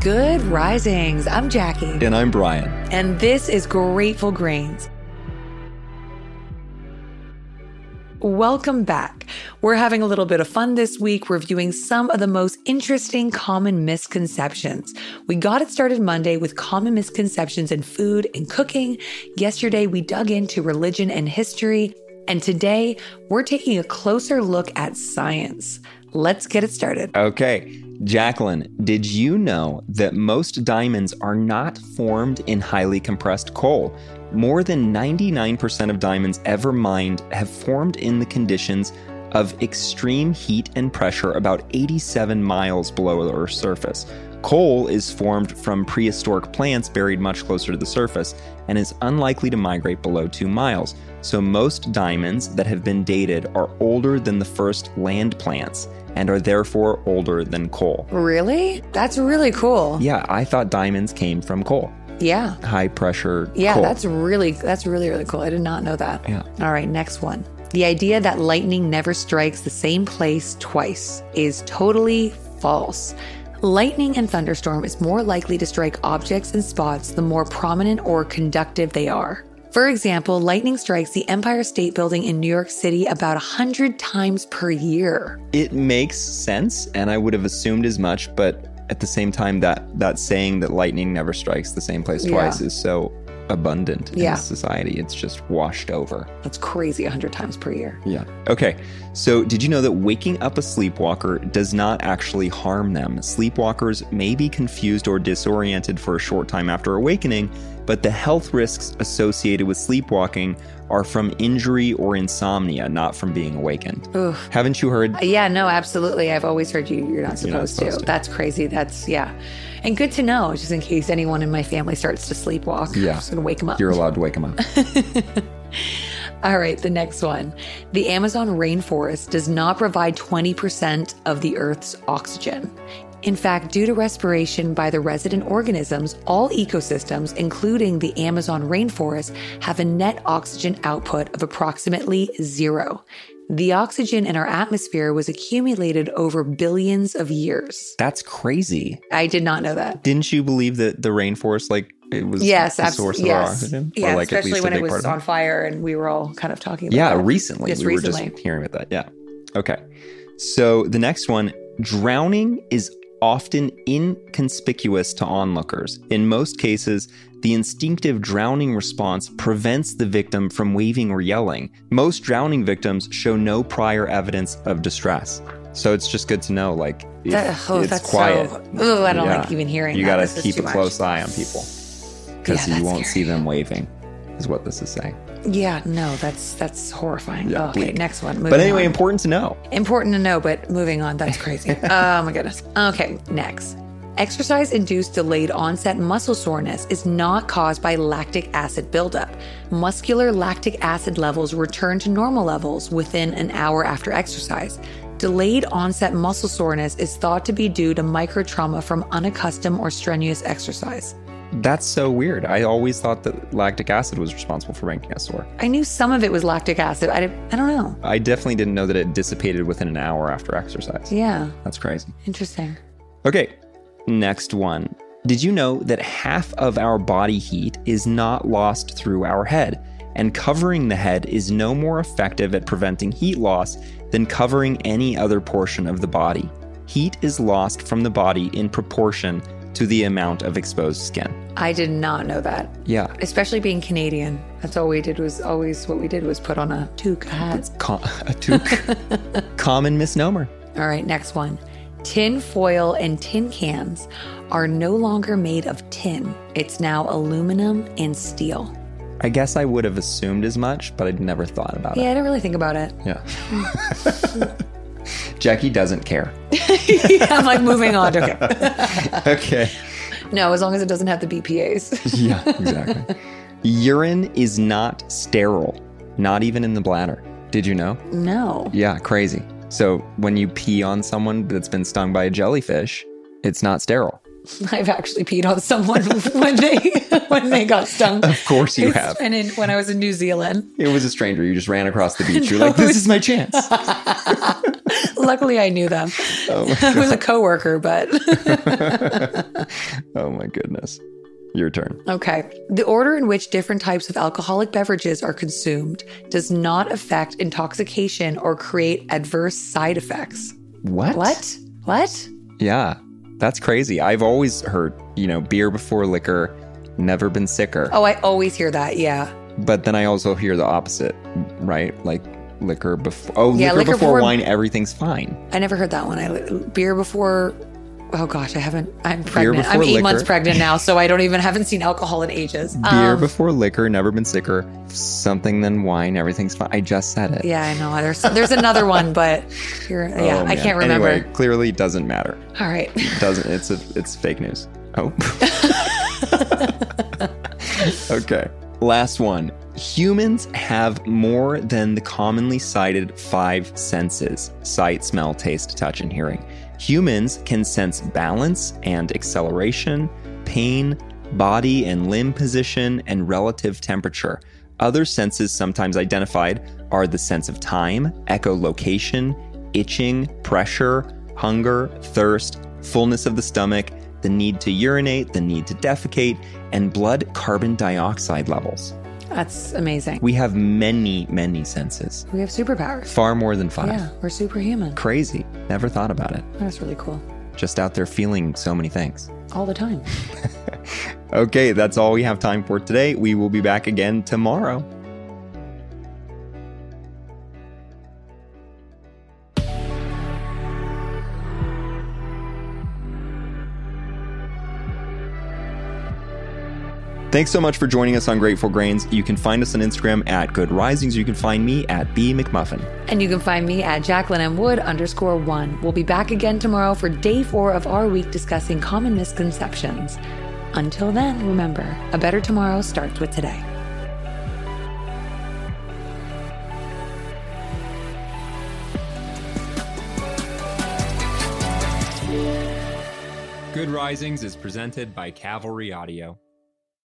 Good risings. I'm Jackie, And I'm Brian. and this is Grateful Grains. Welcome back. We're having a little bit of fun this week, reviewing some of the most interesting common misconceptions. We got it started Monday with common misconceptions in food and cooking. Yesterday, we dug into religion and history. And today, we're taking a closer look at science. Let's get it started. Okay. Jacqueline, did you know that most diamonds are not formed in highly compressed coal? More than 99% of diamonds ever mined have formed in the conditions of extreme heat and pressure about 87 miles below the Earth's surface. Coal is formed from prehistoric plants buried much closer to the surface and is unlikely to migrate below two miles. So, most diamonds that have been dated are older than the first land plants and are therefore older than coal. Really? That's really cool. Yeah, I thought diamonds came from coal, Yeah. high pressure Yeah, coal. that's really that's really really cool. I did not know that. Yeah. All right, next one. The idea that lightning never strikes the same place twice is totally false. Lightning and thunderstorm is more likely to strike objects and spots the more prominent or conductive they are. For example, lightning strikes the Empire State Building in New York City about 100 times per year. it makes sense and i would have assumed as much but at the same time that that saying that lightning never strikes the same place Yeah. twice is so abundant Yeah. in society it's just washed over That's crazy, 100 times per year. yeah okay so did you know that waking up a sleepwalker does not actually harm them sleepwalkers may be confused or disoriented for a short time after awakening but the health risks associated with sleepwalking are from injury or insomnia not from being awakened Ugh. haven't you heard Yeah, no, absolutely. I've always heard you. You're not supposed, You're not to. supposed to. That's crazy. That's yeah, and good to know, just in case anyone in my family starts to sleepwalk. Yeah. I'm just gonna wake them up. you're allowed to wake them up All right, the next one. The Amazon rainforest does not provide 20% of the Earth's oxygen. In fact, due to respiration by the resident organisms, all ecosystems, including the Amazon rainforest, have a net oxygen output of approximately zero. The oxygen in our atmosphere was accumulated over billions of years. That's crazy. I did not know that. Didn't you believe that the rainforest, like it was Yes, the source absolutely. of our Yes, oxygen? yeah, like, at least especially a when it big part was of it? on fire and we were all kind of talking about Yeah, that. recently Just we were recently. just hearing about that. Yeah. Okay. So the next one, drowning is often inconspicuous to onlookers. In most cases, the instinctive drowning response prevents the victim from waving or yelling. Most drowning victims show no prior evidence of distress. So it's just good to know, like if That- oh, it's that's quiet. so- Ugh, I don't Yeah. like even hearing. You that. gotta This is keep too a much. close eye on people because Yeah, you that's won't scary. see them waving, is what this is saying. Yeah, no, that's that's horrifying. Yeah, okay, bleak. next one. But moving anyway, on. important to know. important to know, but moving on. That's crazy. oh my goodness. Okay, next. Exercise induced delayed onset muscle soreness is not caused by lactic acid buildup. Muscular lactic acid levels return to normal levels within an hour after exercise. Delayed onset muscle soreness is thought to be due to microtrauma from unaccustomed or strenuous exercise. That's so weird. I always thought that lactic acid was responsible for making us sore. I knew some of it was lactic acid. I, I don't know. I definitely didn't know that it dissipated within an hour after exercise. Yeah, That's crazy. interesting. Okay, next one. Did you know that half of our body heat is not lost through our head? And covering the head is no more effective at preventing heat loss than covering any other portion of the body. Heat is lost from the body in proportion to the amount of exposed skin. I did not know that. Yeah. Especially being Canadian. That's all we did was always what we did was put on a toque hat. Com- a toque. Common misnomer. All right, next one. Tin foil and tin cans are no longer made of tin. It's now aluminum and steel. I guess I would have assumed as much, but I'd never thought about Yeah, I didn't really think about it. it. Yeah. Jackie doesn't care. I'm like moving on. Okay. Okay. No, as long as it doesn't have the BPAs. yeah, exactly. Urine is not sterile, not even in the bladder. Did you know? No. Yeah, crazy. So when you pee on someone that's been stung by a jellyfish, it's not sterile. I've actually peed on someone when they when they got stung. Of course you have. And in, when I was in New Zealand, It was a stranger. You just ran across the beach. You're like, this is my chance. luckily I knew them. Oh my I was a coworker, but Oh my goodness. Your turn. okay. The order in which different types of alcoholic beverages are consumed does not affect intoxication or create adverse side effects. What? What? What? Yeah. That's crazy. I've always heard, you know, beer before liquor, never been sicker. Oh, I always hear that. Yeah. But then I also hear the opposite, right? Like liquor before Oh, Yeah, liquor, liquor before, before- wine, everything's fine. I never heard that one. I beer before. Oh gosh, I haven't. I'm pregnant. I'm before eight months liquor. pregnant now, so I don't even haven't seen alcohol in ages. Beer Um, before liquor, never been sicker. Something than wine, everything's fine. I just said it. Yeah, I know. There's there's another one, but you're, Oh, yeah, I man. can't remember. Anyway, clearly doesn't matter. All right. Doesn't it's a it's fake news. Oh. okay. Last one. Humans have more than the commonly cited five senses sight, smell, taste, touch, and hearing. Humans can sense balance and acceleration, pain, body and limb position, and relative temperature. Other senses sometimes identified are the sense of time, echolocation, itching, pressure, hunger, thirst, fullness of the stomach, the need to urinate, the need to defecate, and blood carbon dioxide levels. That's amazing. We have many, many senses, We have superpowers. far more than five. Yeah, we're superhuman. Crazy. Never thought about it. That's really cool. Just out there feeling so many things. All the time. Okay, that's all we have time for today. We will be back again tomorrow. Thanks so much for joining us on Grateful Grains. You can find us on Instagram at Good Risings. You can find me at B McMuffin. And you can find me at Jacqueline M. Wood underscore one. We'll be back again tomorrow for day four of our week discussing common misconceptions. Until then, remember, a better tomorrow starts with today. Good Risings is presented by Cavalry Audio.